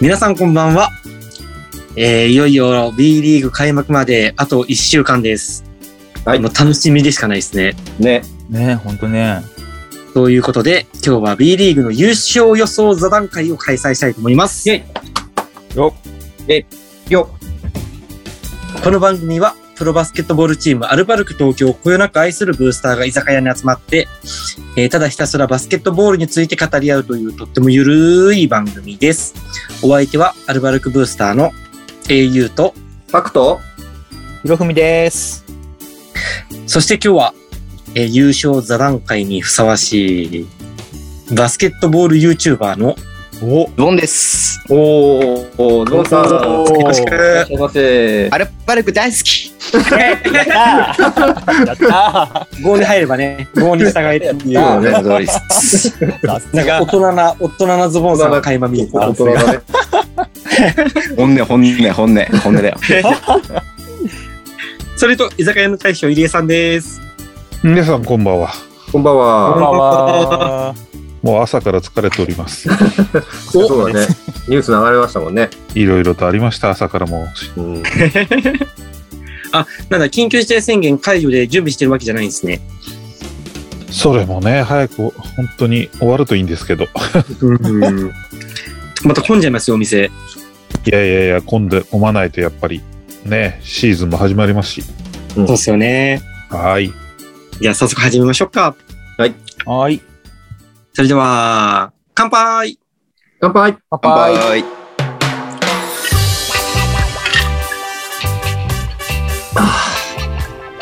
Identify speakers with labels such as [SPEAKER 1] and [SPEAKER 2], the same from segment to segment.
[SPEAKER 1] 皆さんこんばんは、えーいよいよ B リーグ開幕まであと1週間です、
[SPEAKER 2] はい
[SPEAKER 1] もう楽しみでしかないですね
[SPEAKER 2] ね。
[SPEAKER 3] ねえ、ほんとね。
[SPEAKER 1] ということで今日は B リーグの優勝予想座談会を開催したいと思います
[SPEAKER 2] イェイ
[SPEAKER 3] よ
[SPEAKER 2] よ
[SPEAKER 1] この番組はプロバスケットボールチームアルバルク東京をこよなく愛するブースターが居酒屋に集まって、えーただひたすらバスケットボールについて語り合うというとってもゆるい番組ですお相手はアルバルクブースターの au と
[SPEAKER 2] パクト
[SPEAKER 3] ひろふみです。
[SPEAKER 1] そして今日は、えー優勝座談会にふさわしい、バスケットボール YouTuber の、
[SPEAKER 3] お
[SPEAKER 4] ボンです。
[SPEAKER 2] おーおー、ノンさん。
[SPEAKER 3] お
[SPEAKER 2] い
[SPEAKER 3] ー
[SPEAKER 1] よろしく
[SPEAKER 2] らっしゃいませ。
[SPEAKER 4] アルバルク大好き。
[SPEAKER 3] やったーやった
[SPEAKER 1] 号に入ればね、号に従えってい
[SPEAKER 2] や
[SPEAKER 1] う、
[SPEAKER 2] っ
[SPEAKER 4] の通りです。
[SPEAKER 3] ーさす
[SPEAKER 1] なんか大
[SPEAKER 3] が。
[SPEAKER 1] 人な、大人なズボンさんが垣間見えて
[SPEAKER 2] 大
[SPEAKER 1] た。
[SPEAKER 2] 人だね。
[SPEAKER 4] 本音、本音、本音、本 音だよ。
[SPEAKER 1] それと、居酒屋の大将、入江さんです。
[SPEAKER 5] 皆さんこんばんは。
[SPEAKER 2] こんばん
[SPEAKER 3] こん
[SPEAKER 2] は。
[SPEAKER 3] ばんは。
[SPEAKER 5] もう朝から疲れております。
[SPEAKER 2] そうだね。ニュース流れましたもんね。
[SPEAKER 5] いろいろとありました、朝からもう。
[SPEAKER 2] うん。
[SPEAKER 1] なんだ、緊急事態宣言解除で準備してるわけじゃないんですね。
[SPEAKER 5] それもね、早く本当に終わるといいんですけど。
[SPEAKER 1] また混んじゃいますよ、お店。
[SPEAKER 5] いやいやいや、混んで、混まないとやっぱりね、シーズンも始まりますし。
[SPEAKER 1] そうですよね。
[SPEAKER 5] はい。
[SPEAKER 1] じゃあ、早速始めましょうか。
[SPEAKER 3] はーい。
[SPEAKER 1] それでは、乾杯
[SPEAKER 2] 乾杯
[SPEAKER 3] 乾
[SPEAKER 4] 乾
[SPEAKER 3] 杯。
[SPEAKER 4] 杯。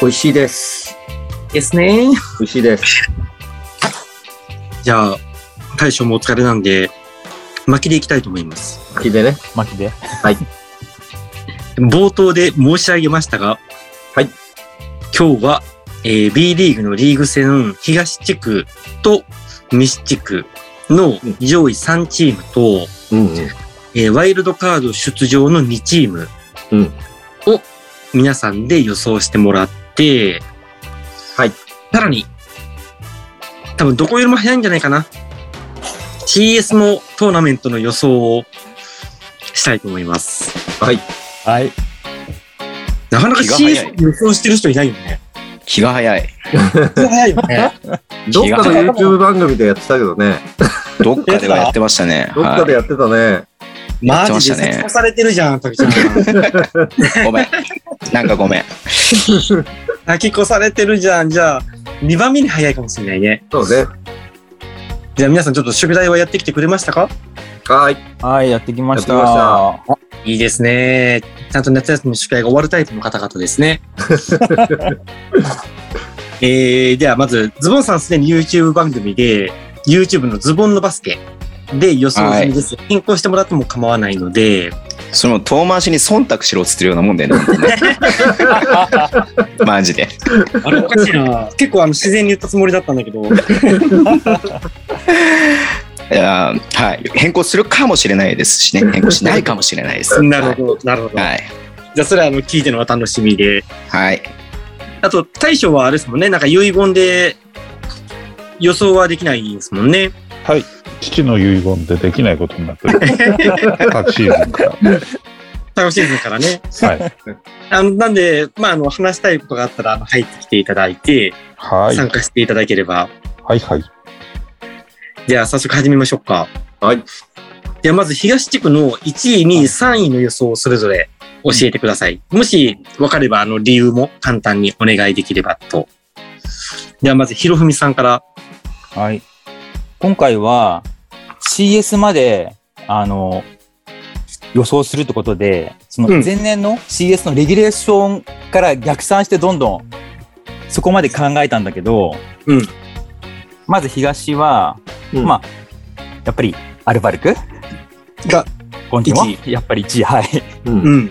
[SPEAKER 2] 美味しいです。
[SPEAKER 1] ですね。
[SPEAKER 2] 美味しいです。
[SPEAKER 1] じゃあ、大将もお疲れなんで、巻きでいきたいと思います。
[SPEAKER 2] 聞いてね。
[SPEAKER 3] 巻きで。
[SPEAKER 1] 冒頭で申し上げましたが、
[SPEAKER 2] はい。
[SPEAKER 1] 今日は、えー B リーグのリーグ戦、東地区と西地区の上位3チームと、
[SPEAKER 2] うん。
[SPEAKER 1] えーワイルドカード出場の2チーム
[SPEAKER 2] うん
[SPEAKER 1] を皆さんで予想してもらって、
[SPEAKER 2] はい。
[SPEAKER 1] さらに、多分どこよりも早いんじゃないかな。CS のトーナメントの予想をしたいと思います。
[SPEAKER 2] はい。
[SPEAKER 3] はい。
[SPEAKER 1] なかなか
[SPEAKER 4] 気が早い
[SPEAKER 1] CS 予想してる人いないよね。
[SPEAKER 4] 気が早い。
[SPEAKER 1] 気が早いよね。
[SPEAKER 2] どっかの
[SPEAKER 4] 気が
[SPEAKER 2] YouTube 番組でやってたけどね。
[SPEAKER 4] どっかではやってましたね。
[SPEAKER 2] どっかで
[SPEAKER 4] は
[SPEAKER 2] やってた ね。
[SPEAKER 1] マ
[SPEAKER 4] まし
[SPEAKER 1] ジ
[SPEAKER 4] た
[SPEAKER 1] で
[SPEAKER 4] ね
[SPEAKER 1] 説教されてるじゃん、たくちゃん。
[SPEAKER 4] いごめん。なんかごめん。
[SPEAKER 1] 先越されてるじゃん。じゃあ、2番目に早いかもしれないね。
[SPEAKER 2] そうね。
[SPEAKER 1] じゃあ皆さんちょっと宿題はやってきてくれましたか
[SPEAKER 2] はい。
[SPEAKER 3] はい、やってきました。
[SPEAKER 2] や
[SPEAKER 1] いいですね。ちゃんと夏休みの宿題が終わるタイプの方々です ね。えー、ではまず、ズボンさんすでに YouTube 番組で、YouTube のズボンのバスケで予想済みです。変更してもらっても構わないので、
[SPEAKER 4] その遠回しに忖度しろっつってるようなもんだよね。 マジで。
[SPEAKER 1] あれおかしいな。 結構あの自然に言ったつもりだったんだけ ど。
[SPEAKER 4] いやーはい。変更するかもしれないですしね。変更しないかもしれないです。
[SPEAKER 1] なるほど、なるほど。
[SPEAKER 4] はい。
[SPEAKER 1] じゃあ、それはあの聞いてのお楽しみで。
[SPEAKER 4] はい。
[SPEAKER 1] あと、大将はあれですもんね、なんか遺言で予想はできないですもんね。
[SPEAKER 5] はい。父の遺言でできないことになってる。 昨シーズンから。
[SPEAKER 1] 楽しいですからね。
[SPEAKER 5] はい。
[SPEAKER 1] あのなんで、まあ、あの、話したいことがあったら、あの入ってきていただいて、
[SPEAKER 5] はい。
[SPEAKER 1] 参加していただければ。
[SPEAKER 5] はいはい。
[SPEAKER 1] じゃあ、早速始めましょうか。
[SPEAKER 2] はい。
[SPEAKER 1] じゃあ、まず東地区の1位、2位、3位の予想をそれぞれ教えてください。もし分かれば、あの、理由も簡単にお願いできればと。では、まず、ひろふみさんから。
[SPEAKER 3] はい。今回は CS まで、あの、予想するってことで、その
[SPEAKER 1] うん
[SPEAKER 3] 前年の CS のレギュレーションから逆算してどんどんそこまで考えたんだけど、
[SPEAKER 1] うん
[SPEAKER 3] まず東は、
[SPEAKER 2] うん
[SPEAKER 3] まあ、やっぱりアルバルク
[SPEAKER 1] が、
[SPEAKER 3] 今季
[SPEAKER 1] 一
[SPEAKER 3] もやっぱり1位、はい。
[SPEAKER 2] うん。
[SPEAKER 1] ん。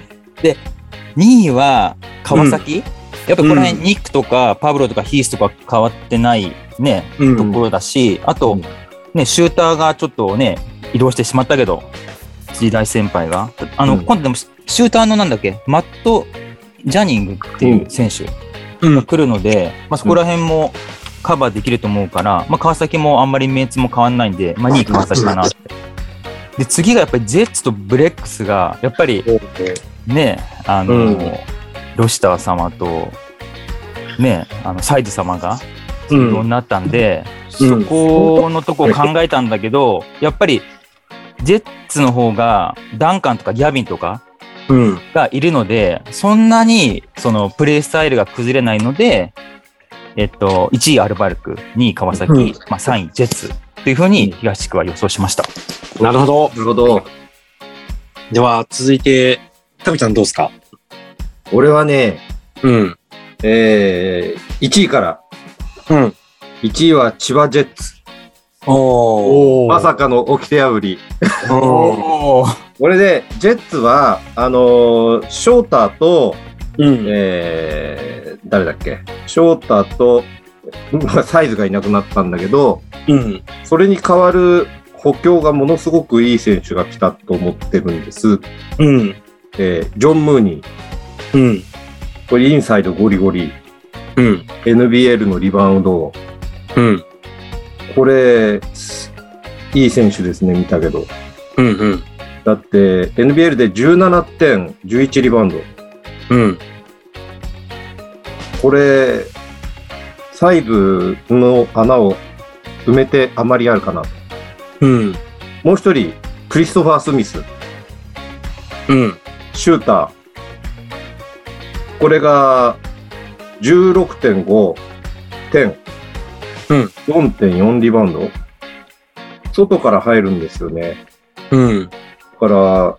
[SPEAKER 3] 2位は川崎、やっぱこの辺、ニックとかパブロとかヒースとか変わってないね、
[SPEAKER 1] うん。
[SPEAKER 3] ところだし、あと、
[SPEAKER 2] うん
[SPEAKER 3] ね、シューターがちょっとね、移動してしまったけど、次大先輩が。あの、
[SPEAKER 2] うん
[SPEAKER 3] 今度でもシシューターのなんだっけ、マット・ジャニングっていう選手
[SPEAKER 1] うん
[SPEAKER 3] が来るので、まあ、そこら辺もカバーできると思うから、まあ、川崎もあんまりメンツも変わんないんで、まあ、いい川崎だなってで、次がやっぱりジェッツとブレックスが、やっぱりね、あの、
[SPEAKER 2] うん
[SPEAKER 3] ロシター様と、ね、あのサイズ様が
[SPEAKER 1] う
[SPEAKER 3] 不動
[SPEAKER 1] ん。
[SPEAKER 3] になったんで、
[SPEAKER 1] うん
[SPEAKER 3] そこのとこを考えたんだけど、やっぱりジェッツの方がダンカンとかギャビンとか
[SPEAKER 1] うん。
[SPEAKER 3] がいるので、そんなにそのプレースタイルが崩れないので、えっと、1位アルバルク、2位川崎、
[SPEAKER 1] うん
[SPEAKER 3] まあ、3位ジェッツというふうに東地区は予想しました。
[SPEAKER 6] なるほど。
[SPEAKER 2] なるほど。
[SPEAKER 1] では、続いて、タミちゃんどうですか
[SPEAKER 2] 俺はね、
[SPEAKER 1] うん。
[SPEAKER 2] えー、1位から。
[SPEAKER 1] うん。
[SPEAKER 2] 1位は千葉ジェッツ。
[SPEAKER 1] おー。
[SPEAKER 6] お
[SPEAKER 2] まさかの掟破り。
[SPEAKER 1] おー
[SPEAKER 3] おー
[SPEAKER 2] これで、ジェッツは、あのーショーターと、
[SPEAKER 1] うん。
[SPEAKER 2] えー、誰だっけショーターと、まあサイズがいなくなったんだけど、
[SPEAKER 1] うん。
[SPEAKER 2] それに代わる補強がものすごくいい選手が来たと思ってるんです。
[SPEAKER 1] うん。
[SPEAKER 2] えージョン・ムーニー。
[SPEAKER 1] うん。
[SPEAKER 2] これインサイドゴリゴリ。
[SPEAKER 1] うん。
[SPEAKER 2] NBL のリバウンド。
[SPEAKER 1] うん。
[SPEAKER 2] これ、すいい選手ですね、見たけど。
[SPEAKER 1] うん。うん。
[SPEAKER 2] だって、NBL で17点、11リバウンド。
[SPEAKER 1] うん。
[SPEAKER 2] これ、サイズの穴を埋めてあまりあるかな。
[SPEAKER 1] うん。
[SPEAKER 2] もう一人、クリストファー・スミス、
[SPEAKER 1] うん。
[SPEAKER 2] シューター。これが、16.5点、
[SPEAKER 1] うん
[SPEAKER 2] 4.4リバウンド。外から入るんですよね。
[SPEAKER 1] うん。
[SPEAKER 2] だか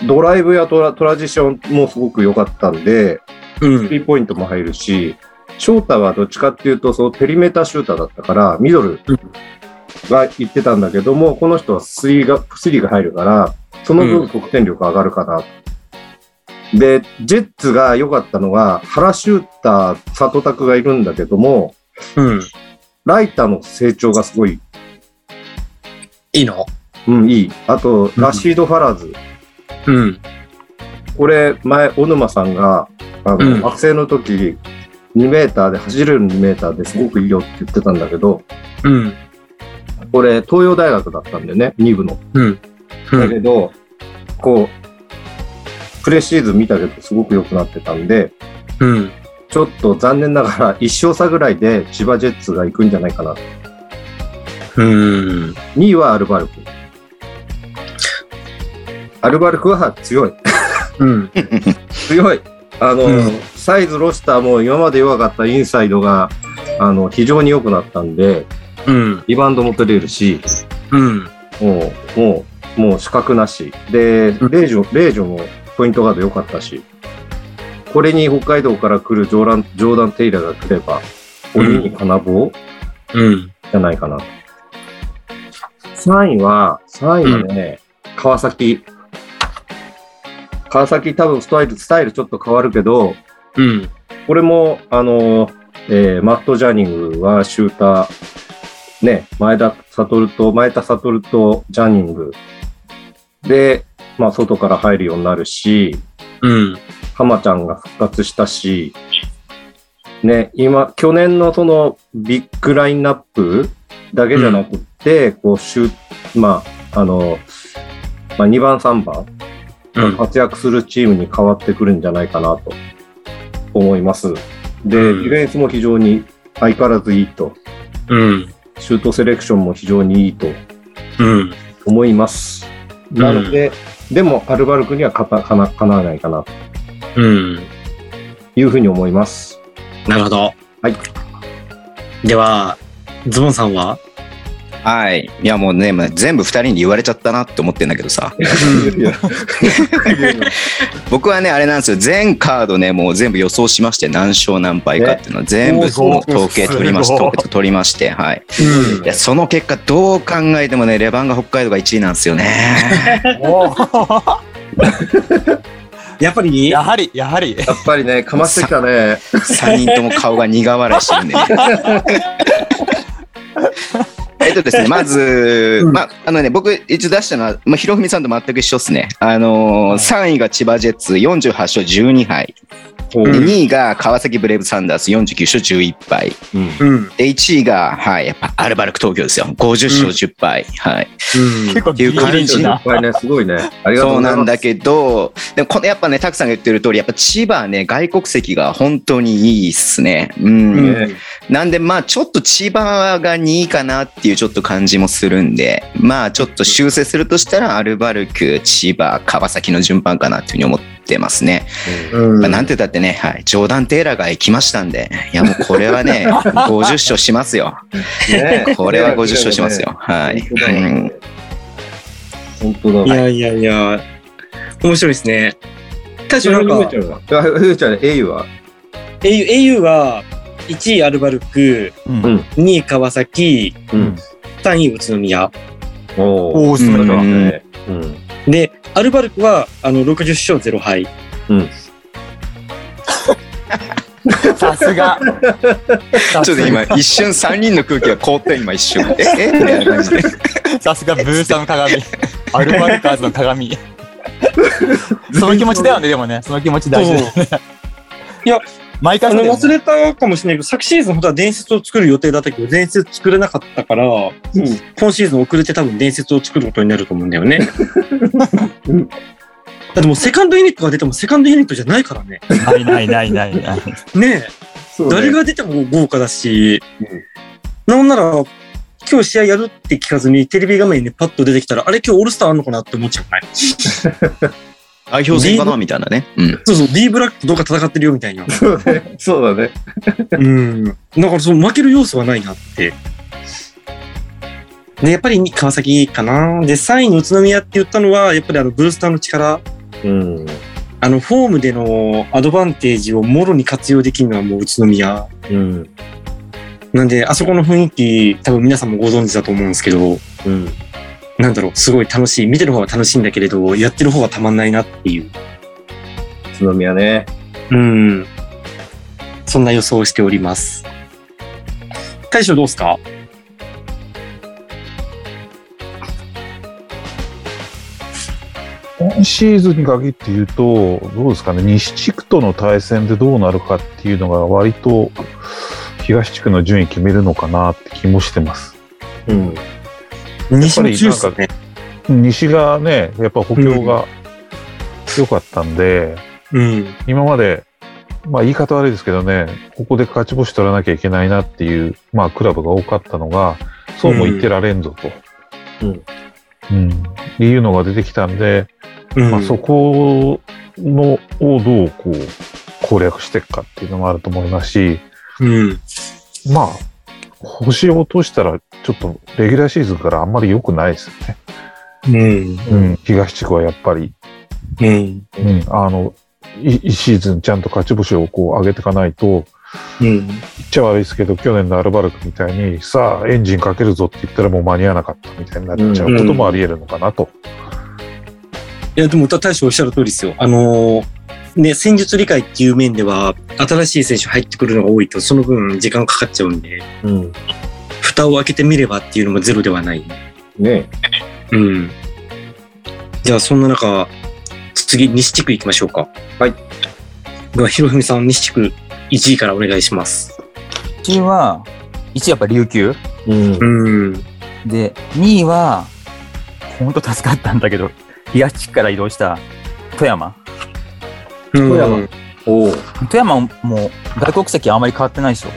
[SPEAKER 2] ら、ドライブやトラトラジションもすごく良かったんで、
[SPEAKER 1] うん
[SPEAKER 2] ス。リーポイントも入るし、ショータはどっちかっていうと、そのペリメーターシューターだったから、ミドル
[SPEAKER 1] うん
[SPEAKER 2] が行ってたんだけども、この人はスリーが、スリーが入るから、その
[SPEAKER 1] う
[SPEAKER 2] 分
[SPEAKER 1] ん
[SPEAKER 2] 得点力上がるかな。で、ジェッツが良かったのが、原シューター、里拓がいるんだけども、
[SPEAKER 1] うん。
[SPEAKER 2] ライターの成長がすごい、
[SPEAKER 1] いいの
[SPEAKER 2] うん、いい。あと、ラシード・ファラーズ。
[SPEAKER 1] うん。
[SPEAKER 2] これ、前、小沼さんが、あの、
[SPEAKER 1] うん
[SPEAKER 2] 学生の時、2メーターで、走れる2メーターですごくいいよって言ってたんだけど、
[SPEAKER 1] うん。
[SPEAKER 2] これ東洋大学だったんだよね2部の。
[SPEAKER 1] うん。う
[SPEAKER 2] だ
[SPEAKER 1] ん。
[SPEAKER 2] けど、こうプレシーズン見たけどすごく良くなってたんで
[SPEAKER 1] うん。
[SPEAKER 2] ちょっと残念ながら1勝差ぐらいで千葉ジェッツが行くんじゃないかな
[SPEAKER 1] うん。
[SPEAKER 2] 2位はアルバルクアルバルクは強い
[SPEAKER 1] うん。
[SPEAKER 2] 強いあの、
[SPEAKER 1] うん
[SPEAKER 2] サイズロスターも今まで弱かったインサイドがあの非常に良くなったんで
[SPEAKER 1] うん。
[SPEAKER 2] リバウンドも取れるし
[SPEAKER 1] うん。
[SPEAKER 2] もう、もう、もう資格なし。で、
[SPEAKER 1] うん
[SPEAKER 2] レイジョ、レイジョもポイントガード良かったし、これに北海道から来るジョーラン、ジョーダン・テイラーが来れば、鬼に金棒じ
[SPEAKER 1] うん。
[SPEAKER 2] ゃないかな。3位は、3位はね、川崎。川崎多分スタイル、スタイルちょっと変わるけど、
[SPEAKER 1] うん。
[SPEAKER 2] これも、あの、えーマット・ジャーニングはシューター、ね、前田悟と、前田悟とジャーニングで、まあ、外から入るようになるし、
[SPEAKER 1] うん。
[SPEAKER 2] 浜ちゃんが復活したし、ね、今、去年のそのビッグラインナップだけじゃなくって、こう、シューまあ、あの、まあ、2番、3番、
[SPEAKER 1] うん。
[SPEAKER 2] 活躍するチームに変わってくるんじゃないかなと思います。で、デ
[SPEAKER 1] うん
[SPEAKER 2] ィフェンスも非常に相変わらずいいと、
[SPEAKER 1] うん。
[SPEAKER 2] シュートセレクションも非常にいいと
[SPEAKER 1] うん。
[SPEAKER 2] 思います。なので、でもアルバルクには勝たかなかなわないかなと
[SPEAKER 1] うん。
[SPEAKER 2] いうふうに思います。
[SPEAKER 1] なるほど。はい。では、ズボンさんは
[SPEAKER 4] はい。いやもうね、まあ全部二人に言われちゃったなって思ってんだけどさ。
[SPEAKER 2] い や
[SPEAKER 4] 僕はね、あれなんですよ。全カードね、もう全部予想しまして、何勝何敗かっていうのは全部
[SPEAKER 6] ね
[SPEAKER 4] もう統計取りまし
[SPEAKER 6] おーすごい
[SPEAKER 4] て、統計取りまして、はい。
[SPEAKER 1] うん
[SPEAKER 4] いや、その結果、どう考えてもね、レバンが北海道が1位なんですよね。
[SPEAKER 6] おー
[SPEAKER 1] やっぱり
[SPEAKER 6] やはり、やはり。
[SPEAKER 2] やっぱりね、かましてきたね。
[SPEAKER 4] 3人とも顔が苦笑いしてるんでね。えっとですね、まず、
[SPEAKER 1] うん
[SPEAKER 4] まあ、あのね、僕一応出したのは、まあ、ひろふみさんと全く一緒っすね。あのー、3位が千葉ジェッツ、48勝12敗。
[SPEAKER 2] お
[SPEAKER 4] で
[SPEAKER 2] う
[SPEAKER 4] 2位が川崎ブレイブサンダース49勝11敗。
[SPEAKER 2] うん
[SPEAKER 1] うん。
[SPEAKER 4] で、1位が、はい、やっぱアルバルク東京ですよ。50勝10敗。はい。
[SPEAKER 6] 結構
[SPEAKER 4] っていう感じ
[SPEAKER 6] ギリギリだ
[SPEAKER 2] これね、すごいね。ありがとう
[SPEAKER 4] そう
[SPEAKER 2] ございます。
[SPEAKER 4] なんだけど、でもこのやっぱね、たくさんが言ってる通り、やっぱ千葉はね、外国籍が本当にいいっすね。うん。
[SPEAKER 1] うん
[SPEAKER 2] ね
[SPEAKER 4] なんで、まあ、ちょっと千葉が2位かなっていうちょっと感じもするんで、まあ、ちょっと修正するとしたら、アルバルク、千葉、川崎の順番かなっていうふうに思ってますね。
[SPEAKER 1] うん
[SPEAKER 4] まあ、なんてだってね、はい、ジョーダン・テイラーが行きましたんで、いやもうこれ はね、50勝しますよ。
[SPEAKER 2] ね
[SPEAKER 4] これは50勝しますよ。はい。
[SPEAKER 2] 本当だね
[SPEAKER 4] うん
[SPEAKER 2] 本当
[SPEAKER 1] い
[SPEAKER 2] だ。
[SPEAKER 1] やいやいや、面白いですね。大将なんか、
[SPEAKER 2] あふうちゃんね、エイは。
[SPEAKER 1] 英雄、英雄は1位アルバルク、
[SPEAKER 3] うん
[SPEAKER 2] うん
[SPEAKER 1] 2位川崎、
[SPEAKER 2] うん。
[SPEAKER 1] 3位宇都宮。
[SPEAKER 2] おお。
[SPEAKER 6] おおすすめだ
[SPEAKER 4] う
[SPEAKER 6] な。
[SPEAKER 4] ん
[SPEAKER 2] ねうん。
[SPEAKER 1] で、アルバルクは、あの、60勝0敗。
[SPEAKER 6] さすが。ちょ
[SPEAKER 4] ちょっと今、一瞬3人の空気が凍って、今一瞬。え えみたいな感じで。
[SPEAKER 6] さすがブースターの 鏡。アルバルカーズの鏡。その気持ちだよね、でもね。その気持ち大事だよね。
[SPEAKER 1] いや、
[SPEAKER 6] 毎
[SPEAKER 1] あ
[SPEAKER 6] 回そ
[SPEAKER 1] の、
[SPEAKER 6] うだよね
[SPEAKER 1] 忘れたかもしれないけど、昨シーズン本当は伝説を作る予定だったけど、伝説作れなかったから、今シーズン遅れて多分伝説を作ることになると思うんだよね。
[SPEAKER 2] うん
[SPEAKER 1] だってもうセカンドユニットが出てもセカンドユニットじゃないからね。
[SPEAKER 6] ないないないないない。
[SPEAKER 1] ねえ。
[SPEAKER 2] そうね
[SPEAKER 1] 誰が出ても豪華だし、
[SPEAKER 2] うん
[SPEAKER 1] なんなら、今日試合やるって聞かずに、テレビ画面にパッと出てきたら、あれ今日オールスターあんのかなって思っちゃうない。
[SPEAKER 4] 代表戦かなみたいなね。うん。
[SPEAKER 1] そうそう、D ブラックとどうか戦ってるよみたいな。
[SPEAKER 2] そうねそうだね。
[SPEAKER 1] うん。だからその負ける要素はないなって。で、やっぱり川崎かな。で、3位の宇都宮って言ったのは、やっぱりあの、ブースターの力、
[SPEAKER 2] うん。
[SPEAKER 1] あの、フォームでのアドバンテージをもろに活用できるのはもう宇都宮。
[SPEAKER 2] うん。
[SPEAKER 1] なんで、あそこの雰囲気、多分皆さんもご存知だと思うんですけど、
[SPEAKER 2] うん。
[SPEAKER 1] なんだろう、すごい楽しい。見てる方は楽しいんだけれど、やってる方はたまんないなっていう。
[SPEAKER 2] 宇都宮ね。
[SPEAKER 1] うん。そんな予想をしております。大将どうですか
[SPEAKER 5] 今シーズンに限って言うと、どうですかね、西地区との対戦でどうなるかっていうのが、割と東地区の順位決めるのかなって気もしてます。
[SPEAKER 2] うん。
[SPEAKER 1] 西の中枢ね。
[SPEAKER 5] 西がね、やっぱ補強が強かったんで、
[SPEAKER 1] うん。
[SPEAKER 5] 今まで、まあ、言い方悪いですけどね、ここで勝ち星取らなきゃいけないなっていう、まあ、クラブが多かったのが、そうも言ってられんぞと。
[SPEAKER 2] うん
[SPEAKER 5] うんいうのが出てきたんで、
[SPEAKER 1] うん。
[SPEAKER 5] まあ、そこのをどうこう攻略していくかっていうのもあると思いますし、
[SPEAKER 1] うん。
[SPEAKER 5] まあ、星を落としたら、ちょっとレギュラーシーズンからあんまり良くないですよね。
[SPEAKER 1] うん。
[SPEAKER 5] うん、東地区はやっぱり、
[SPEAKER 1] うん。
[SPEAKER 5] うん、あの、1シーズンちゃんと勝ち星をこう上げていかないと、
[SPEAKER 1] うん。
[SPEAKER 5] 言っちゃ悪いですけど、去年のアルバルクみたいに、さあ、エンジンかけるぞって言ったらもう間に合わなかったみたいになっちゃうこともあり得るのかなと。
[SPEAKER 1] いや、でも大将おっしゃる通りですよ。あのーね、戦術理解っていう面では、新しい選手入ってくるのが多いと、その分時間かかっちゃうんで、
[SPEAKER 2] うん。
[SPEAKER 1] 蓋を開けてみればっていうのもゼロではない。
[SPEAKER 2] ね
[SPEAKER 1] うん。じゃあ、そんな中、次、西地区行きましょうか。
[SPEAKER 2] はい。
[SPEAKER 1] では、ひろふみさん、西地区1位からお願いします。
[SPEAKER 3] うちは、1位やっぱ琉球。
[SPEAKER 2] うん。
[SPEAKER 1] うん。
[SPEAKER 3] で、2位は、ほんと助かったんだけど、東地区から移動した富山。
[SPEAKER 1] 富
[SPEAKER 2] 山。おお。
[SPEAKER 3] 富山も外国籍あまり変わってないでしょ。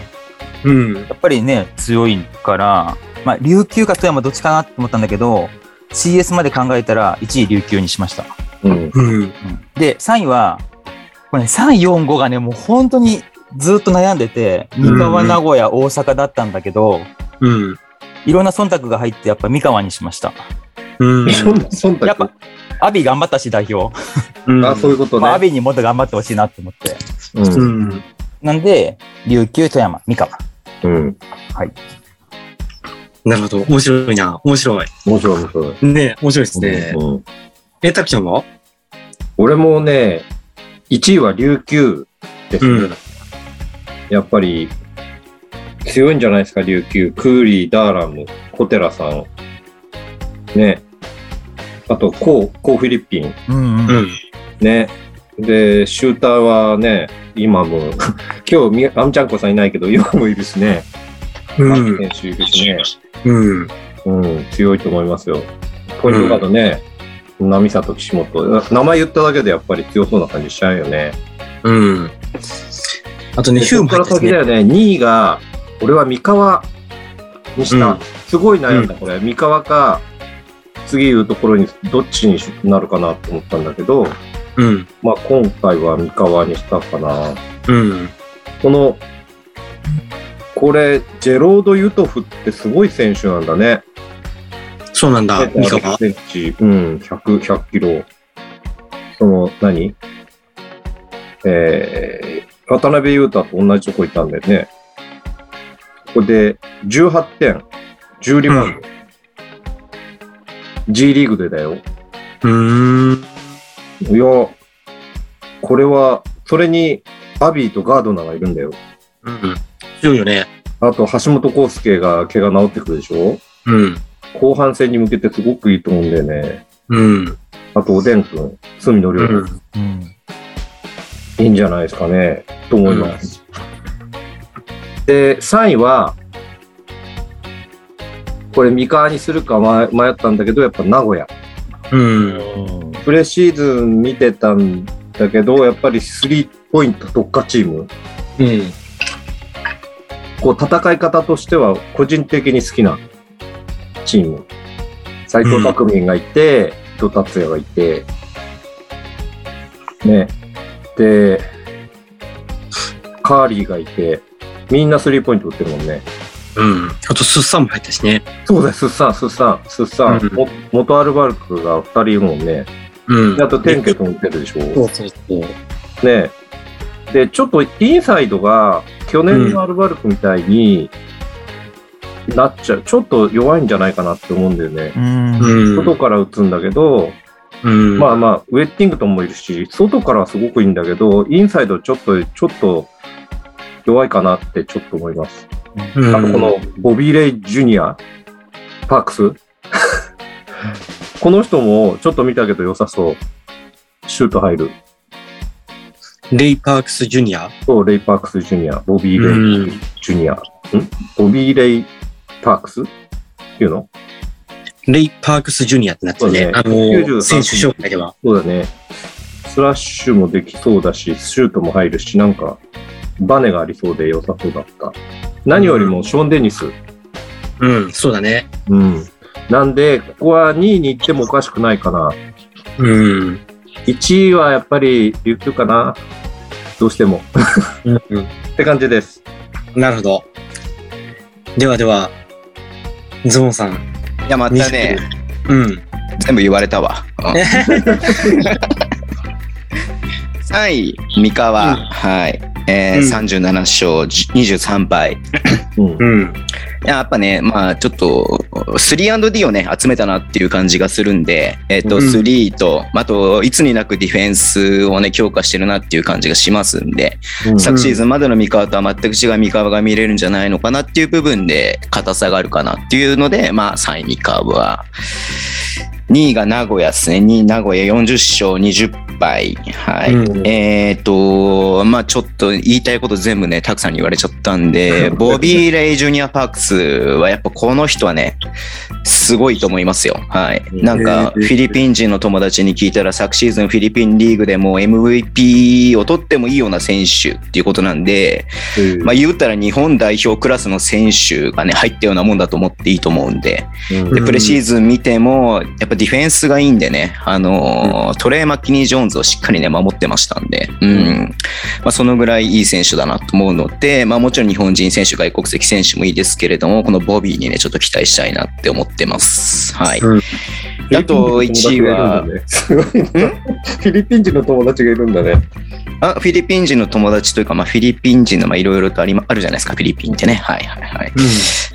[SPEAKER 1] うん。
[SPEAKER 3] やっぱりね、強いから、まあ、琉球か富山どっちかなって思ったんだけど、CS まで考えたら1位琉球にしました。
[SPEAKER 2] うん。
[SPEAKER 1] うん。
[SPEAKER 3] うんで、3位は、これね、3、4、5がね、もう本当にずっと悩んでて、三河、名古屋、大阪だったんだけど、
[SPEAKER 1] うん。
[SPEAKER 3] いろんな忖度が入って、やっぱ三河にしました。
[SPEAKER 1] うん。
[SPEAKER 2] そんな忖度
[SPEAKER 3] やっぱ、アビ頑張ったし、代表。
[SPEAKER 1] うん
[SPEAKER 2] あ、そういうことね。
[SPEAKER 3] まあ、アビにもっと頑張ってほしいなって思って。
[SPEAKER 2] う。
[SPEAKER 1] うんん。
[SPEAKER 3] なんで、琉球、富山、三河。
[SPEAKER 2] うん。
[SPEAKER 1] なるほど。面白いな。面白い。
[SPEAKER 2] 面白い、面白い。
[SPEAKER 1] ね面白いですね。
[SPEAKER 2] うん
[SPEAKER 1] え、たくちゃんは
[SPEAKER 2] 俺もね、1位は琉球ですね。
[SPEAKER 1] うん
[SPEAKER 2] やっぱり、強いんじゃないですか、琉球。クーリー、ダーラム、小寺さん。ね。あと、コー、コーフィリッピン。
[SPEAKER 3] うんうん
[SPEAKER 1] うん。
[SPEAKER 2] ね。で、シューターはね、今も、 今日み、あんちゃんこさんいないけど、今もいるしね、
[SPEAKER 1] うん。
[SPEAKER 2] 選手いるしね、
[SPEAKER 1] うん。
[SPEAKER 2] うん、強いと思いますよ。ポイントガードね、波里、岸本、名前言っただけでやっぱり強そうな感じしちゃうよね。
[SPEAKER 1] うん。あとね、
[SPEAKER 2] で
[SPEAKER 1] ヒュー
[SPEAKER 2] そ
[SPEAKER 1] ム
[SPEAKER 2] こか
[SPEAKER 1] 入
[SPEAKER 2] ら
[SPEAKER 1] ってき
[SPEAKER 2] 先だ
[SPEAKER 1] て
[SPEAKER 2] よね、2位が、俺は三河にした。
[SPEAKER 1] うん
[SPEAKER 2] すごい悩んだ、これ。三河か、次言うところに、どっちになるかなと思ったんだけど、
[SPEAKER 1] うん。
[SPEAKER 2] まあ今回は三河にしたかな。
[SPEAKER 1] うん。
[SPEAKER 2] この、これ、ジェロード・ユトフってすごい選手なんだね。
[SPEAKER 1] そうなんだ、三河。
[SPEAKER 2] センチ、うん、100、100キロ。その、何えー、渡辺裕太と同じとこいたんだよね。ここで、18点、10リバウンド。G リーグでだよ。
[SPEAKER 1] うーん。
[SPEAKER 2] いや、これは、それに、アビーとガードナーがいるんだよ。
[SPEAKER 1] うん。強いよね。
[SPEAKER 2] あと、橋本康介が怪我治ってくるでしょ
[SPEAKER 1] うん。
[SPEAKER 2] 後半戦に向けてすごくいいと思うんだよね。
[SPEAKER 1] うん。
[SPEAKER 2] あと、おでんくん、隅の
[SPEAKER 1] う
[SPEAKER 2] 量、
[SPEAKER 1] ん。
[SPEAKER 6] うん。
[SPEAKER 2] いいんじゃないですかね、と思います。で、3位は、これ、三河にするか迷迷ったんだけど、やっぱ名古屋。
[SPEAKER 1] うん。
[SPEAKER 2] プレシーズン見てたんだけど、やっぱりスリーポイント特化チーム。
[SPEAKER 1] うん。
[SPEAKER 2] こう戦い方としては個人的に好きなチーム。斎藤拓民がいて、伊藤達也がいて、ね。で、カーリーがいて、みんなスリーポイント打ってるもんね。
[SPEAKER 1] うん。あと、スッサンも入ったしね。
[SPEAKER 2] そうだよ、スッサン、スッサン、スッサン。
[SPEAKER 1] うん
[SPEAKER 2] も元アルバルクが2人いるもんね。
[SPEAKER 1] うん
[SPEAKER 2] で。あと、天家君打ってるでしょ。
[SPEAKER 1] そうそうそう。
[SPEAKER 2] ねで、ちょっとインサイドが去年のアルバルクみたいになっちゃう、ちょっと弱いんじゃないかなって思うんだよね。
[SPEAKER 6] うん。
[SPEAKER 1] う
[SPEAKER 2] 外から打つんだけど、
[SPEAKER 1] ん。
[SPEAKER 2] まあまあ、ウェッティングトンもいるし、外からはすごくいいんだけど、インサイドちょっと、ちょっと弱いかなってちょっと思います。
[SPEAKER 1] うん、
[SPEAKER 2] あとこのボビー・レイ・ジュニア、パークス。 この人もちょっと見たけど良さそう。シュート入る。
[SPEAKER 1] レイ・パークス・ジュニア。
[SPEAKER 2] そう、レイ・パークス・ジュニア、ボビー・レイ。
[SPEAKER 1] うん。
[SPEAKER 2] ジュニア。んボビー・レイ・パークスっていうの
[SPEAKER 1] レイ・パークス・ジュニアってなってる
[SPEAKER 2] そう
[SPEAKER 1] ね。
[SPEAKER 2] ね
[SPEAKER 1] あの、
[SPEAKER 2] 93
[SPEAKER 1] 選手紹介では。
[SPEAKER 2] そうだね。スラッシュもできそうだし、シュートも入るし、なんか、バネがありそうで良さそうだった。何よりもショーン・デニス。
[SPEAKER 1] うん、そうだね。
[SPEAKER 2] うん。なんで、ここは2位に行ってもおかしくないかな。
[SPEAKER 1] うん。
[SPEAKER 2] 1位はやっぱり琉球かな。どうしても。
[SPEAKER 1] うん、
[SPEAKER 2] って感じです。
[SPEAKER 1] なるほど。ではでは、ズボンさん。
[SPEAKER 4] いや、またね、
[SPEAKER 1] うん。
[SPEAKER 4] 全部言われたわ。うん3位、三河、
[SPEAKER 1] うん
[SPEAKER 4] はい。えー
[SPEAKER 1] うん
[SPEAKER 4] 37勝23敗。
[SPEAKER 2] うん
[SPEAKER 1] う。ん。
[SPEAKER 4] やっぱね、まあちょっと 3&D をね、集めたなっていう感じがするんで、えっ、と、
[SPEAKER 1] うん
[SPEAKER 4] 3と、あと、いつになくディフェンスをね、強化してるなっていう感じがしますんで、
[SPEAKER 2] うん
[SPEAKER 4] 昨シーズンまでの三河とは全く違う三河が見れるんじゃないのかなっていう部分で硬さがあるかなっていうので、まあ3位三河は。2位が名古屋ですね。2位名古屋40勝20敗。はい。
[SPEAKER 1] うん
[SPEAKER 4] えっ、と、まあちょっと言いたいこと全部ね、たくさんに言われちゃったん で、ボビー・レイ・ジュニア・パークスはやっぱこの人はね、すごいと思いますよ。はい。なんか、フィリピン人の友達に聞いたら、昨シーズンフィリピンリーグでもう MVP を取ってもいいような選手っていうことなんで、
[SPEAKER 2] うん
[SPEAKER 4] まあ言うたら日本代表クラスの選手がね、入ったようなもんだと思っていいと思うんで、
[SPEAKER 2] うん
[SPEAKER 4] で、プレシーズン見ても、やっぱディフェンスがいいんでね、あのートレー・マッキニー・ジョーンズをしっかりね、守ってましたんで、うん。まあ、そのぐらいいい選手だなと思うので、まあ、もちろん日本人選手、外国籍選手もいいですけれども、このボビーにね、ちょっと期待したいなって思ってます。はい。
[SPEAKER 1] うん
[SPEAKER 4] あと1位は、
[SPEAKER 2] すごいなフィリピン人の友達がいるんだね。
[SPEAKER 4] あフィリピン人の友達というか、まあ、フィリピン人のまあいろいろとありまあるじゃないですか、フィリピンってね。はいはいはい。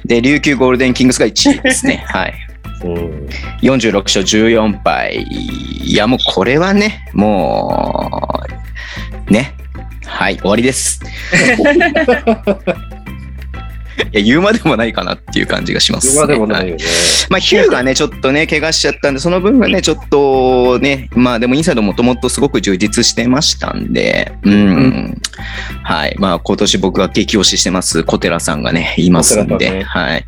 [SPEAKER 4] で、琉球ゴールデンキングスが1位ですね。はい。
[SPEAKER 2] うん
[SPEAKER 4] 46勝14敗。いや、もうこれはね、も う、ね。はい、終わりです。いや、言うまでもないかなっていう感じがします、ね。
[SPEAKER 2] 今でもない
[SPEAKER 4] は
[SPEAKER 2] よ ね。
[SPEAKER 4] まあ、ヒューがね、ちょっとね、怪我しちゃったんで、その分はね、ちょっとね、まあでもインサイドもともとすごく充実してましたんで、うん。はい。まあ、今年僕が激推ししてます、小寺さんがね、いますん
[SPEAKER 2] 小寺
[SPEAKER 4] で、
[SPEAKER 2] さんね
[SPEAKER 4] はい。い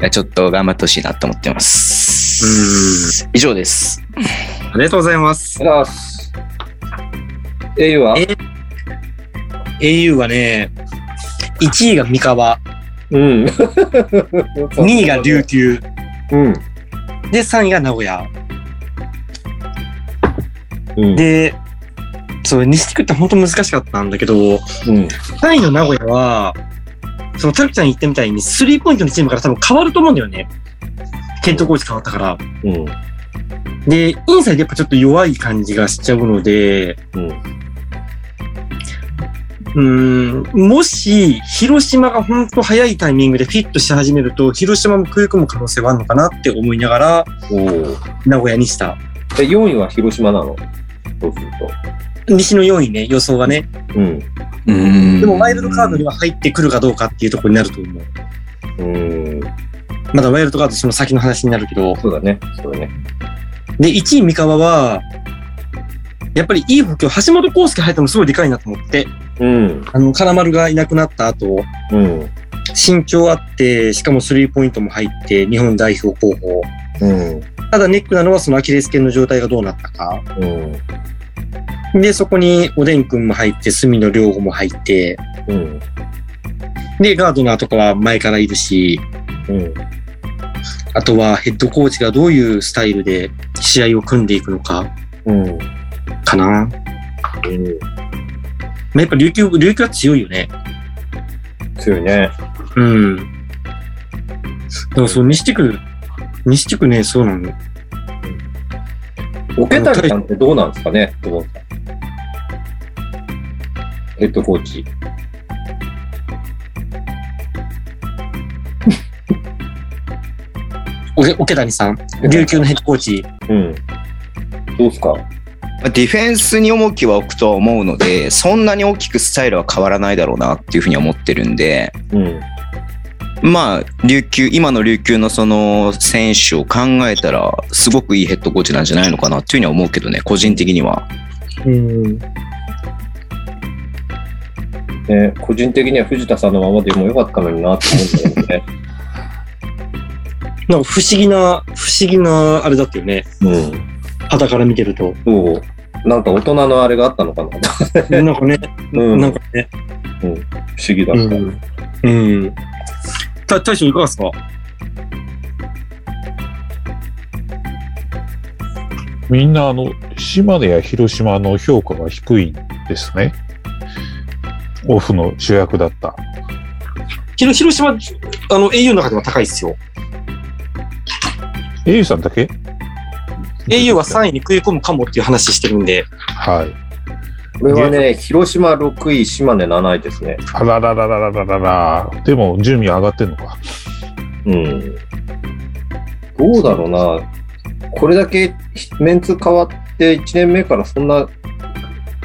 [SPEAKER 4] やちょっと頑張ってほしいなと思ってます。以上です。
[SPEAKER 1] ありがとうございます。
[SPEAKER 2] ありがとうございます。au は
[SPEAKER 1] え au はね、1位が三河、
[SPEAKER 2] うん。
[SPEAKER 1] 2位が琉球、
[SPEAKER 2] うん。
[SPEAKER 1] で、3位が名古屋。
[SPEAKER 2] うん。
[SPEAKER 1] で、そう、西地区って本当難しかったんだけど、
[SPEAKER 2] うん。
[SPEAKER 1] 3位の名古屋は、その、たくちゃん言ったみたいに、スリーポイントのチームから多分変わると思うんだよね。検討コーチ変わったから。
[SPEAKER 2] うん。
[SPEAKER 1] で、インサイドやっぱちょっと弱い感じがしちゃうので、
[SPEAKER 2] うん。
[SPEAKER 1] うーん、もし、広島が本当早いタイミングでフィットし始めると、広島も食い込む可能性はあるのかなって思いながら、
[SPEAKER 2] おー
[SPEAKER 1] 名古屋にした。
[SPEAKER 2] で、4位は広島なのそうする
[SPEAKER 1] 西の4位ね、予想はね。
[SPEAKER 2] と。うん。
[SPEAKER 1] で
[SPEAKER 4] で
[SPEAKER 1] も、ワイルドカードには入ってくるかどうかっていうところになると思う。
[SPEAKER 2] うん。
[SPEAKER 1] まだワイルドカードその先の話になるけど。
[SPEAKER 2] そうだね。そうだね。
[SPEAKER 1] で、1位三河は、やっぱりいい補強、橋本康介入ったのもすごいでかいなと思って、
[SPEAKER 2] うん。
[SPEAKER 1] あの、金丸がいなくなった後、
[SPEAKER 2] うん。
[SPEAKER 1] 身長あって、しかもスリーポイントも入って、日本代表候補。
[SPEAKER 2] うん。
[SPEAKER 1] ただネックなのはそのアキレス腱の状態がどうなったか。
[SPEAKER 2] うん。
[SPEAKER 1] で、そこにおでんくんも入って、隅野良吾も入って、
[SPEAKER 2] うん。
[SPEAKER 1] で、ガードナーとかは前からいるし、
[SPEAKER 2] うん。
[SPEAKER 1] あとはヘッドコーチがどういうスタイルで試合を組んでいくのか、
[SPEAKER 2] うん。
[SPEAKER 1] かな。まあやっぱ琉球、琉球は強いよね。
[SPEAKER 2] 強いね。
[SPEAKER 1] うん。だからそう、西地区、西地区ね、そうなの。
[SPEAKER 2] オケタリさんってどうなんですかね、久保さん。ヘッドコーチ。
[SPEAKER 1] おけ桶谷さん、琉球のヘッドコーチ。
[SPEAKER 2] うん。どうすか
[SPEAKER 4] まあディフェンスに重きは置くとは思うので、そんなに大きくスタイルは変わらないだろうなっていうふうには思ってるんで、
[SPEAKER 2] うん。
[SPEAKER 4] まあ、琉球、今の琉球のその選手を考えたら、すごくいいヘッドコーチなんじゃないのかなっていうふうには思うけどね、個人的には。
[SPEAKER 1] うん。
[SPEAKER 2] ね、個人的には藤田さんのままでもよかったのになって思うんだよ
[SPEAKER 1] なんか不思議な、不思議な、あれだったよね。
[SPEAKER 2] ね。
[SPEAKER 1] 肌から見てる と。
[SPEAKER 2] うん。そう。なんか大人のあれがあったのかな。
[SPEAKER 1] なんかね、
[SPEAKER 2] うん
[SPEAKER 1] なんかね。
[SPEAKER 2] 不思議だった。
[SPEAKER 1] うん。うん。た大将いかがですか
[SPEAKER 5] みんなあの島根や広島の評価が低いんですね。オフの主役だった。
[SPEAKER 1] 広広島、あの、au の中では高いですよ。
[SPEAKER 5] 英雄さんだけ
[SPEAKER 1] au は3位に食い込むかもっていう話してるんで。
[SPEAKER 5] はい。
[SPEAKER 2] これはね、広島6位、島根7位ですね。
[SPEAKER 5] あらららららららら。でも順位上がってんのか。
[SPEAKER 2] うん。どうだろうな。これだけメンツ変わって1年目からそんな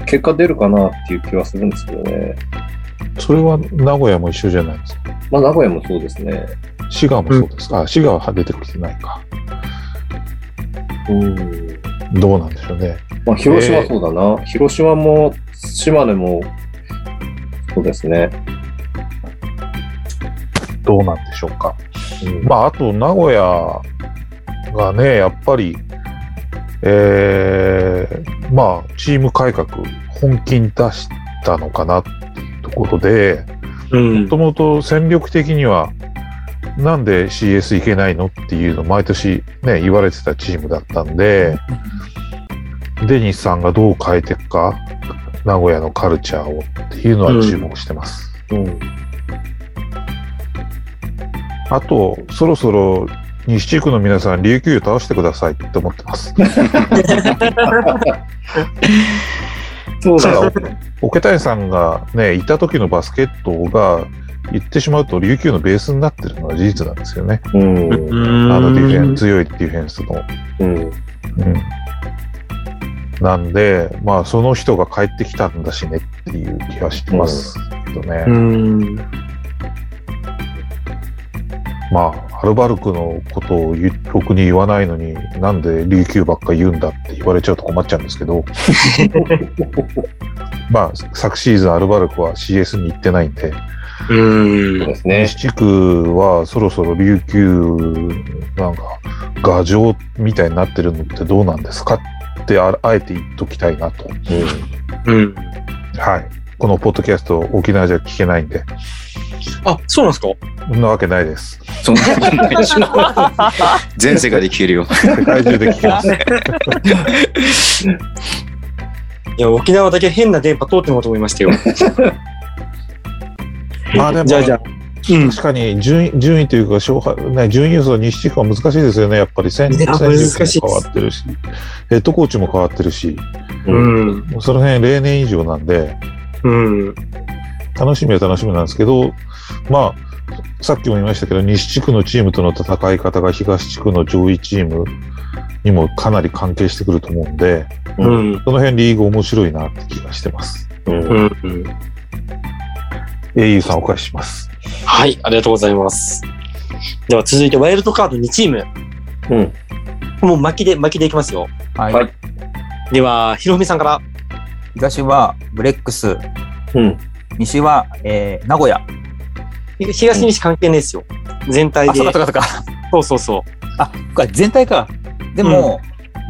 [SPEAKER 2] 結果出るかなっていう気はするんですけどね。
[SPEAKER 5] それは名古屋も一緒じゃないですか。
[SPEAKER 2] まあ、名古屋もそうですね。
[SPEAKER 5] 滋賀もそうですか。あ、滋賀は出てきてないか。
[SPEAKER 2] うん。
[SPEAKER 5] どうなんでしょうね。
[SPEAKER 2] まあ、広島そうだな。広島も島根もそうですね。
[SPEAKER 5] どうなんでしょうか。
[SPEAKER 2] うん
[SPEAKER 5] まあ、あと名古屋がね、やっぱり、えーまあ、チーム改革、本気に出したのかなっていうところで、
[SPEAKER 1] うん
[SPEAKER 5] もと。もと戦力的には、なんで CS いけないのっていうの、毎年ね、言われてたチームだったんで、デニスさんがどう変えていくか、名古屋のカルチャーをっていうのは注目してます。
[SPEAKER 2] うん。
[SPEAKER 5] あと、そろそろ西地区の皆さん、琉球を倒してくださいって思っ てます。
[SPEAKER 2] そう
[SPEAKER 5] た
[SPEAKER 2] だ
[SPEAKER 5] だ
[SPEAKER 2] よ。、
[SPEAKER 5] 桶谷さんがね、いた時のバスケットが、言ってしまうと琉球のベースになってるのは事実なんですよね。
[SPEAKER 2] うん。
[SPEAKER 5] あのディフェン
[SPEAKER 1] ス。
[SPEAKER 5] 強いディフェンスの。
[SPEAKER 2] うん。
[SPEAKER 5] うん。なんで、まあ、その人が帰ってきたんだしねっていう気がしてますけどね。
[SPEAKER 1] うん。
[SPEAKER 5] まあ、アルバルクのことを言うろくに言わないのに、なんで琉球ばっか言うんだって言われちゃうと困っちゃうんです けど、まあ、昨シーズンアルバルクは CS に行ってないんで、
[SPEAKER 1] うん。
[SPEAKER 2] そうですね。
[SPEAKER 5] 西地区はそろそろ琉球、なんか、牙城みたいになってるのってどうなんですかって、ああえて言っときたいなと。
[SPEAKER 1] うん。
[SPEAKER 5] はい。このポッドキャスト、沖縄じゃ聞けないんで、
[SPEAKER 1] あ、そうなんですか
[SPEAKER 5] そんなわけないです。
[SPEAKER 4] そんなことないでしょ全世界で聞けるよ。
[SPEAKER 5] 世界中で聞け ます。
[SPEAKER 1] いや、沖縄だけ変な電波通ってもと思いましたよ。
[SPEAKER 5] まあでも、
[SPEAKER 1] じゃあじゃあ。うん。
[SPEAKER 5] 確かに順位順位というか勝敗、ね、順位予想、西地区は難しいですよね、やっぱり戦
[SPEAKER 1] ね
[SPEAKER 5] 戦
[SPEAKER 1] あ
[SPEAKER 5] 力
[SPEAKER 1] 難しいです
[SPEAKER 5] も変わってるし、ヘッドコーチも変わってるし、
[SPEAKER 1] うん。
[SPEAKER 5] もうその辺例年以上なんで、
[SPEAKER 1] うん。
[SPEAKER 5] 楽しみは楽しみなんですけど、まあ、さっきも言いましたけど、西地区のチームとの戦い方が東地区の上位チームにもかなり関係してくると思うんで、
[SPEAKER 1] うん。
[SPEAKER 5] その辺リーグ面白いなって気がしてます。
[SPEAKER 1] うん。
[SPEAKER 5] au さんお返しします。
[SPEAKER 1] はい、ありがとうございます。では続いてワイルドカード2チーム。
[SPEAKER 2] うん。
[SPEAKER 1] もう巻きで、巻きでいきますよ。
[SPEAKER 3] はい。
[SPEAKER 2] はい
[SPEAKER 1] では、ひろみさんから。
[SPEAKER 3] 東はブレックス、
[SPEAKER 2] うん。
[SPEAKER 3] 西は、えー名古屋。
[SPEAKER 1] ひ東西関係ないですよ。全体
[SPEAKER 6] あ、
[SPEAKER 1] で
[SPEAKER 6] そっ。かそっかそっか。
[SPEAKER 1] そうそうそう。
[SPEAKER 3] あ、そっか全体か。でも、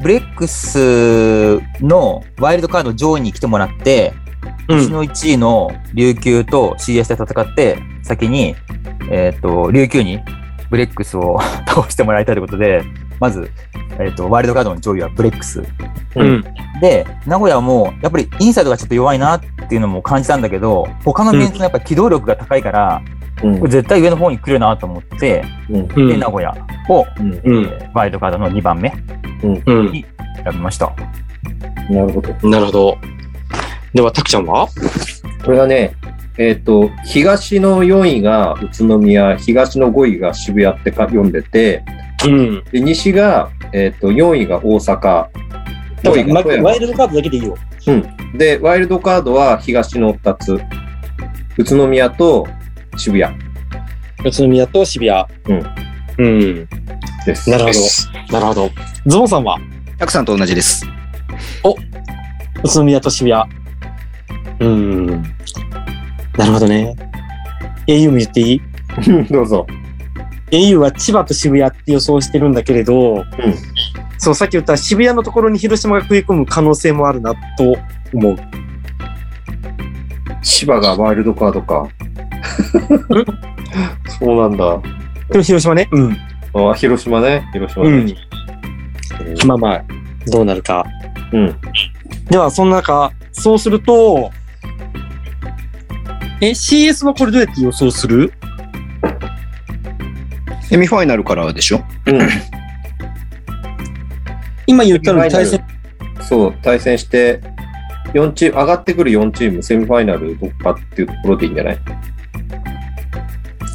[SPEAKER 3] ブレックスのワイルドカード上位に来てもらって、
[SPEAKER 1] う
[SPEAKER 3] 西
[SPEAKER 1] ん。
[SPEAKER 3] の1位の琉球と CS で戦って、先に、えっ、と、琉球にブレックスを 倒してもらいたいということで、まず、えっ、と、ワイルドカードの上位はブレックス。
[SPEAKER 1] うん。
[SPEAKER 3] で、名古屋も、やっぱりインサイドがちょっと弱いなっていうのも感じたんだけど、他のメンツのやっぱ機動力が高いから、
[SPEAKER 2] うん
[SPEAKER 3] これ絶対上の方に来るなと思って、
[SPEAKER 2] うん。
[SPEAKER 1] う
[SPEAKER 3] で、
[SPEAKER 1] ん
[SPEAKER 3] 名。古屋を、
[SPEAKER 2] うん。
[SPEAKER 1] う
[SPEAKER 3] え
[SPEAKER 1] ん。
[SPEAKER 3] ーワイルドカードの2番目
[SPEAKER 1] うん。
[SPEAKER 3] 選びました。
[SPEAKER 2] なるほど。
[SPEAKER 1] なるほど。では、たくちゃんは
[SPEAKER 2] これがね、えっ、と、東の4位が宇都宮、東の5位が渋谷ってか読んでて、
[SPEAKER 1] うん。
[SPEAKER 2] で西が、えっと4位が大阪、
[SPEAKER 1] だから
[SPEAKER 2] 5位が富
[SPEAKER 1] まワ
[SPEAKER 2] 山
[SPEAKER 1] イルドカードだけでいいよ。
[SPEAKER 2] うん。で、ワイルドカードは東の2つ、宇都宮と渋谷
[SPEAKER 1] 宇都宮と渋谷。うん。うん。
[SPEAKER 2] です。
[SPEAKER 1] なるほ
[SPEAKER 4] です
[SPEAKER 1] ど。なるほど。ズボンさんは
[SPEAKER 4] たくさんと同じです。
[SPEAKER 1] 宇都宮と渋谷。うん。なるほどね。au も言っていい
[SPEAKER 2] ど。 どうぞ。
[SPEAKER 1] au は千葉と渋谷って予想してるんだけれど、そう、さっき言った渋谷のところに広島が食い込む可能性もあるなと思う。
[SPEAKER 2] 千葉がワイルドカードか。 そうなんだ。
[SPEAKER 1] でも広島ね。うん。
[SPEAKER 2] あ広島ね。広島
[SPEAKER 1] う
[SPEAKER 2] ね
[SPEAKER 1] ん。。まあまあ、どうなるか。
[SPEAKER 2] うん。
[SPEAKER 1] では、その中、そうすると、え、CS はこれどうやって予想する
[SPEAKER 4] セミファイナルからでしょ
[SPEAKER 1] 今言ったのに対
[SPEAKER 2] セ
[SPEAKER 1] 戦、
[SPEAKER 2] そう、対戦して、四チーム、上がってくる4チーム、セミファイナル突破っていうところでいいんじゃない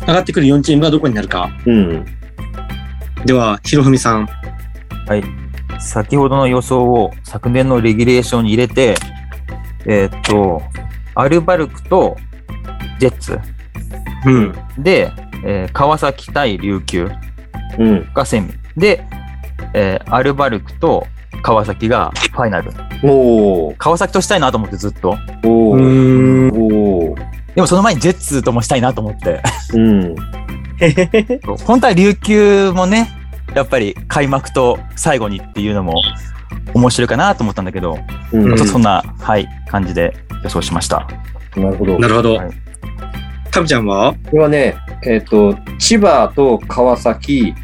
[SPEAKER 1] 上がってくる4チームがどこになるか。
[SPEAKER 2] うん。
[SPEAKER 1] では、ひろふみさん。
[SPEAKER 3] 先ほどの予想を昨年のレギュレーションに入れて、えーっと、アルバルクとジェッツ
[SPEAKER 1] うん。
[SPEAKER 3] で、えー川崎対琉球
[SPEAKER 2] うん。
[SPEAKER 3] がセミで、えーアルバルクと川崎がファイナル。
[SPEAKER 2] おー。
[SPEAKER 3] 川崎としたいなと思ってずっと。
[SPEAKER 2] お
[SPEAKER 1] う
[SPEAKER 2] ー。
[SPEAKER 1] ーん。
[SPEAKER 2] おー。
[SPEAKER 3] でもその前にジェッツともしたいなと思って。
[SPEAKER 2] うん。
[SPEAKER 3] そう本当は琉球もね、やっぱり開幕と最後にっていうのも面白いかなと思ったんだけど、
[SPEAKER 2] うん
[SPEAKER 3] ちょっとそんな、はい、感じで予想しました。
[SPEAKER 2] なるほど。
[SPEAKER 1] なるほど
[SPEAKER 3] はい。
[SPEAKER 1] たぶちゃんは
[SPEAKER 2] これはね、えっ、と、千葉と川崎、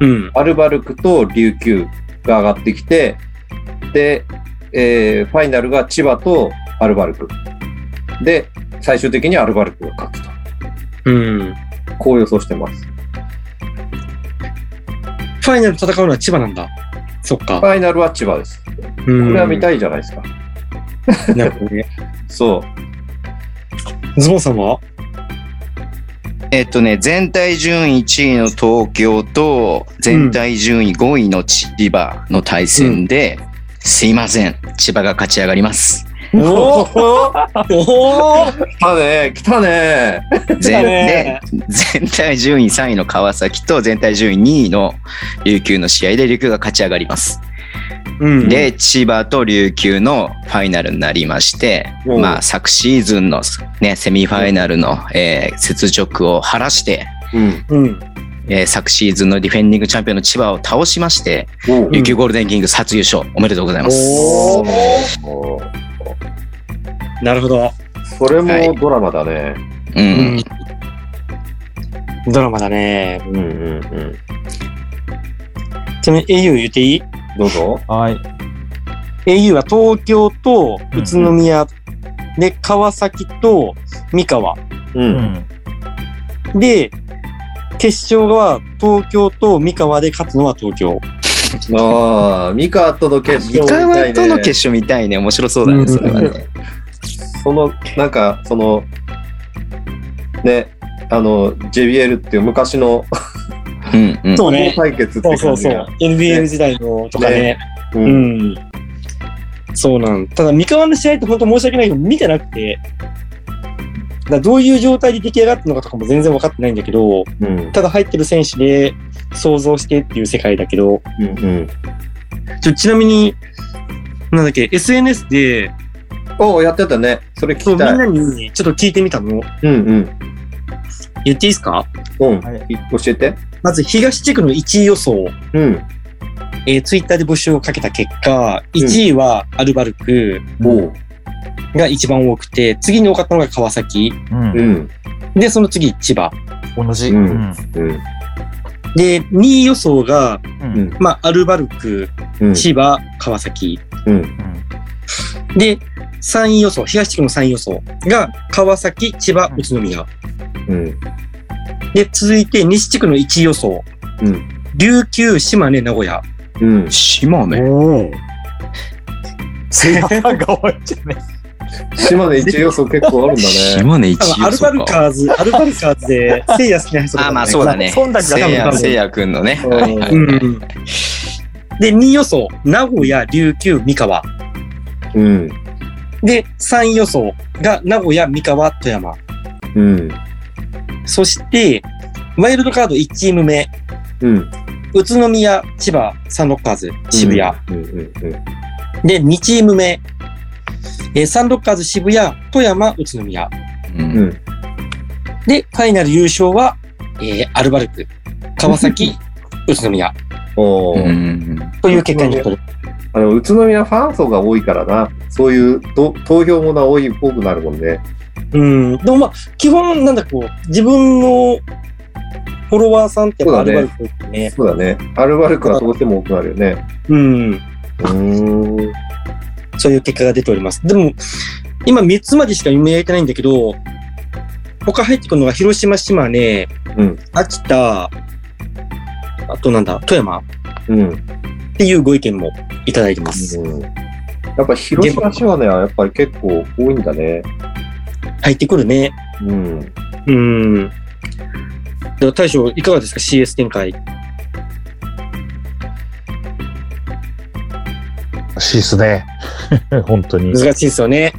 [SPEAKER 1] うん。
[SPEAKER 2] アルバルクと琉球が上がってきて、で、えーファイナルが千葉とアルバルク。で、最終的にアルバルクが勝つと。
[SPEAKER 1] うん。
[SPEAKER 2] こう予想してます。
[SPEAKER 1] ファイナル戦うのは千葉なんだ。そっか。
[SPEAKER 2] ファイナルは千葉です。こ
[SPEAKER 1] これ
[SPEAKER 2] れは見たいじゃないですか。
[SPEAKER 1] い。なるほどね。
[SPEAKER 2] そう。
[SPEAKER 1] ズボンさんは
[SPEAKER 4] えっとね、全体順位1位の東京と、全体順位5位の千葉の対戦で、すいません、千葉が勝ち上がります。
[SPEAKER 1] おお おお
[SPEAKER 2] 来たね、来たね。
[SPEAKER 4] 全で全体順位3位の川崎と全体順位2位の琉球の試合で琉球が勝ち上がります。
[SPEAKER 1] うん、
[SPEAKER 4] で、千葉と琉球のファイナルになりまして、
[SPEAKER 2] うん
[SPEAKER 4] まあ、昨シーズンの、ね、セミファイナルの、えー雪辱を晴らして、
[SPEAKER 2] うん。
[SPEAKER 1] うん。
[SPEAKER 4] えー昨シーズンのディフェンディングチャンピオンの千葉を倒しまして、
[SPEAKER 2] おう
[SPEAKER 4] 琉球ゴールデンキングス初優勝おめでとうございます。
[SPEAKER 1] おおなるほど。
[SPEAKER 2] それもドラマだね。
[SPEAKER 4] うん
[SPEAKER 1] うんドラマだね。
[SPEAKER 2] うんうんうん。
[SPEAKER 1] ちなみに au 言っていい
[SPEAKER 2] どうぞ。
[SPEAKER 6] はい。
[SPEAKER 1] ?au は東京と宇都宮、で、川崎と三河。
[SPEAKER 2] う。
[SPEAKER 6] うんん。
[SPEAKER 1] で、決勝は東京と三河で勝つのは東京。
[SPEAKER 2] ああ、ミカとの決勝
[SPEAKER 4] 三
[SPEAKER 2] みたい
[SPEAKER 4] 河
[SPEAKER 2] ね。
[SPEAKER 4] との決勝見たいね。面白そうだね、それはね。
[SPEAKER 2] その、なんか、その、ね、あの、JBL っていう昔の
[SPEAKER 4] うんうん。
[SPEAKER 1] そうね。
[SPEAKER 2] 対決
[SPEAKER 1] そ
[SPEAKER 2] って
[SPEAKER 1] うそ
[SPEAKER 2] 感
[SPEAKER 1] う
[SPEAKER 2] じ
[SPEAKER 1] そう
[SPEAKER 2] が。。
[SPEAKER 1] NBL 時代のとかね。
[SPEAKER 2] う。
[SPEAKER 1] うんん。そうなん。ただ、三河の試合って本当申し訳ないけど、見てなくて、だからどういう状態で出来上がったのかとかも全然分かってないんだけど、
[SPEAKER 2] うん。
[SPEAKER 1] ただ入ってる選手で想像してっていう世界だけど、
[SPEAKER 2] うん。
[SPEAKER 1] ちょちなみに、なんだっけ、SNS で、
[SPEAKER 2] おお、やってたね。それ聞
[SPEAKER 1] そう
[SPEAKER 2] き
[SPEAKER 1] みん
[SPEAKER 2] たい。
[SPEAKER 1] なにちょっと聞いてみたの。
[SPEAKER 2] うんうん。
[SPEAKER 1] 言っていいですか
[SPEAKER 2] うん。
[SPEAKER 6] はい
[SPEAKER 2] い教えて。
[SPEAKER 1] まず、東地区の1位予想。
[SPEAKER 2] うん。
[SPEAKER 1] えー、ツイッターで募集をかけた結果、1位はアルバルク
[SPEAKER 2] おう。
[SPEAKER 1] が一番多くて、次に多かったのが川崎。
[SPEAKER 2] う。
[SPEAKER 6] うん
[SPEAKER 1] で、その次、千葉。
[SPEAKER 6] ん。同じ。
[SPEAKER 2] う
[SPEAKER 6] うんん。
[SPEAKER 2] うん。
[SPEAKER 1] で、2位予想が、
[SPEAKER 6] うん。
[SPEAKER 1] まあ、アルバルク、
[SPEAKER 2] うん。
[SPEAKER 1] 千葉、川崎。
[SPEAKER 2] うん。
[SPEAKER 1] で、3位予想、東地区の3位予想が、川崎、千葉、宇都宮。
[SPEAKER 2] うん。
[SPEAKER 1] で、続いて、西地区の1位予想。
[SPEAKER 2] うん
[SPEAKER 1] 琉球、島根、名古屋。
[SPEAKER 2] うん。
[SPEAKER 4] 島根。
[SPEAKER 6] が多いじゃない
[SPEAKER 2] 島根一要素結構あるんだね。
[SPEAKER 4] 島根一
[SPEAKER 1] 多分
[SPEAKER 4] 応
[SPEAKER 1] アル
[SPEAKER 4] そ
[SPEAKER 1] バ
[SPEAKER 4] う
[SPEAKER 1] ル
[SPEAKER 4] か。
[SPEAKER 1] カーズ、アルバルカーズで、聖夜好きな人とか
[SPEAKER 4] あ、
[SPEAKER 1] も
[SPEAKER 4] まあそうだね。
[SPEAKER 6] 忖度が
[SPEAKER 4] せいや、せいやくんのね。
[SPEAKER 1] うんで、2位予想、名古屋、琉球、三河。
[SPEAKER 2] うん。
[SPEAKER 1] で、3位予想が名古屋、三河、富山。
[SPEAKER 2] うん。
[SPEAKER 1] そして、ワイルドカード1チーム目、
[SPEAKER 2] うん。
[SPEAKER 1] 宇都宮、千葉、サンロッカーズ、渋谷。
[SPEAKER 2] うん。うん。うん。
[SPEAKER 1] で、2チーム目、えーサンロッカーズ、渋谷、富山、宇都宮。
[SPEAKER 4] う
[SPEAKER 2] うんん。
[SPEAKER 1] で、ファイナル優勝は、えーアルバルク、川 崎、宇都宮。
[SPEAKER 2] お
[SPEAKER 4] う
[SPEAKER 2] お。
[SPEAKER 4] ん
[SPEAKER 1] という結果になってる。
[SPEAKER 2] あの宇都宮ファン層が多いからな、そういうと投票もな多い多くなるもんね。
[SPEAKER 1] うん。でもまあ、基本、なんだこう、自分のフォロワーさんってやっぱア
[SPEAKER 2] そう
[SPEAKER 1] ルバ
[SPEAKER 2] だね
[SPEAKER 1] ルクですね。
[SPEAKER 2] そうだね。アルバルクはどうしても多くなるよね。
[SPEAKER 1] うん。
[SPEAKER 2] うーん。
[SPEAKER 1] そういう結果が出ております。でも、今3つまでしか夢やれてないんだけど、他入ってくるのが広島、島根、
[SPEAKER 2] うん
[SPEAKER 1] 秋田、あとなんだ、富山っ
[SPEAKER 2] うん。
[SPEAKER 1] ていうご意見もいただいてます。
[SPEAKER 2] うん、やっぱ広島市はね、やっぱり結構多いんだね。
[SPEAKER 1] 入ってくるね。
[SPEAKER 2] うん。
[SPEAKER 1] うん。では大将、いかがですか ?CS 展開。
[SPEAKER 5] しいっすね。 本当に。
[SPEAKER 1] 難しいですよね。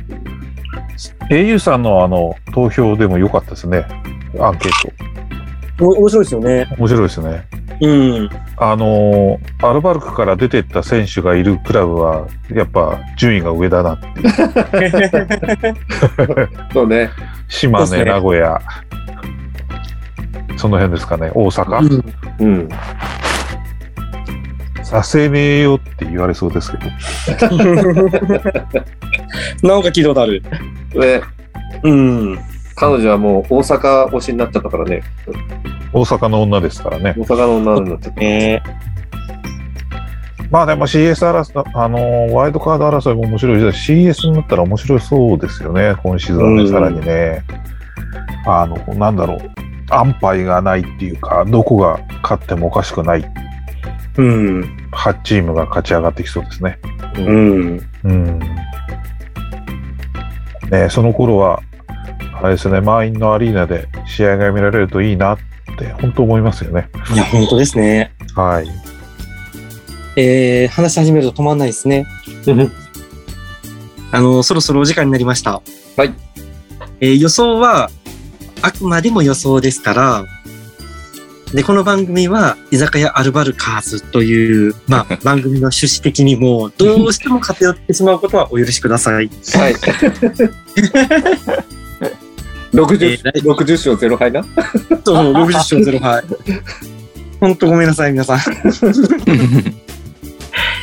[SPEAKER 5] au さんのあの投票でも良かったですね。アンケー
[SPEAKER 1] お面白いですよね。
[SPEAKER 5] ト。面白いですね。
[SPEAKER 1] うん。
[SPEAKER 5] あのーアルバルクから出てった選手がいるクラブは、やっぱ順位が上だなっていう。
[SPEAKER 2] そうね。
[SPEAKER 5] 島
[SPEAKER 1] そう
[SPEAKER 5] 根、
[SPEAKER 1] ですね
[SPEAKER 5] 名古屋、その辺ですかね。大阪。
[SPEAKER 2] うん。
[SPEAKER 5] させねえよって言われそうですけど。
[SPEAKER 1] なんか聞いたことある。
[SPEAKER 2] で、
[SPEAKER 1] うん。
[SPEAKER 2] 彼女はもう大阪推しになっちゃったからね。
[SPEAKER 5] 大阪の女ですからね。
[SPEAKER 2] 大阪の女になっちゃった。
[SPEAKER 1] え
[SPEAKER 5] まあでも CS 争い、あのーワイドカード争いも面白いし、CS になったら面白そうですよね、今シーズンは
[SPEAKER 1] う
[SPEAKER 5] ね、
[SPEAKER 1] ん
[SPEAKER 5] さらにね。あの、なんだろう、安牌がないっていうか、どこが勝ってもおかしくない
[SPEAKER 1] ーうん。
[SPEAKER 5] 8チームが勝ち上がってきそうですね。
[SPEAKER 1] うん。
[SPEAKER 5] うん。ねその頃は、あれですね、満員のアリーナで試合が見られるといいなって、本当思いますよね。
[SPEAKER 1] いや、本当ですね。
[SPEAKER 5] はい。
[SPEAKER 1] えー、話し始めると止まんないですね。あの、そろそろお時間になりました。
[SPEAKER 2] はい。
[SPEAKER 1] えー予想は、あくまでも予想ですから、で、この番組は、居酒屋アルバルカーズという、ま あ、番組の趣旨的にも、どうしても偏ってしまうことはお許しください。
[SPEAKER 2] はい。60
[SPEAKER 1] えー
[SPEAKER 2] 60勝0敗な。
[SPEAKER 1] そう、もう60勝0敗。ほんとごめんなさい、皆さん。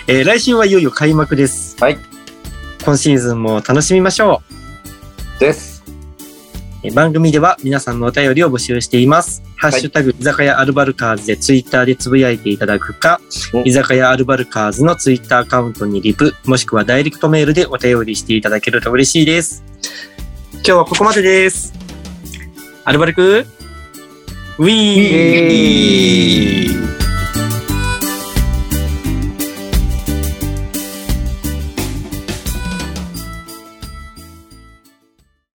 [SPEAKER 1] えー来週はいよいよ開幕です。
[SPEAKER 2] はい。
[SPEAKER 1] 今シーズンも楽しみましょ
[SPEAKER 2] です。
[SPEAKER 1] う。えー番組では皆さんのお便りを募集しています。ハッシュタグ、居酒屋アルバルカーズでツイッターでつぶやいていただくか
[SPEAKER 2] お、
[SPEAKER 1] 居酒屋アルバルカーズのツイッターアカウントにリプ、もしくはダイレクトメールでお便りしていただけると嬉しいです。今日はここまでです。アルバルク、ウィーン
[SPEAKER 4] いい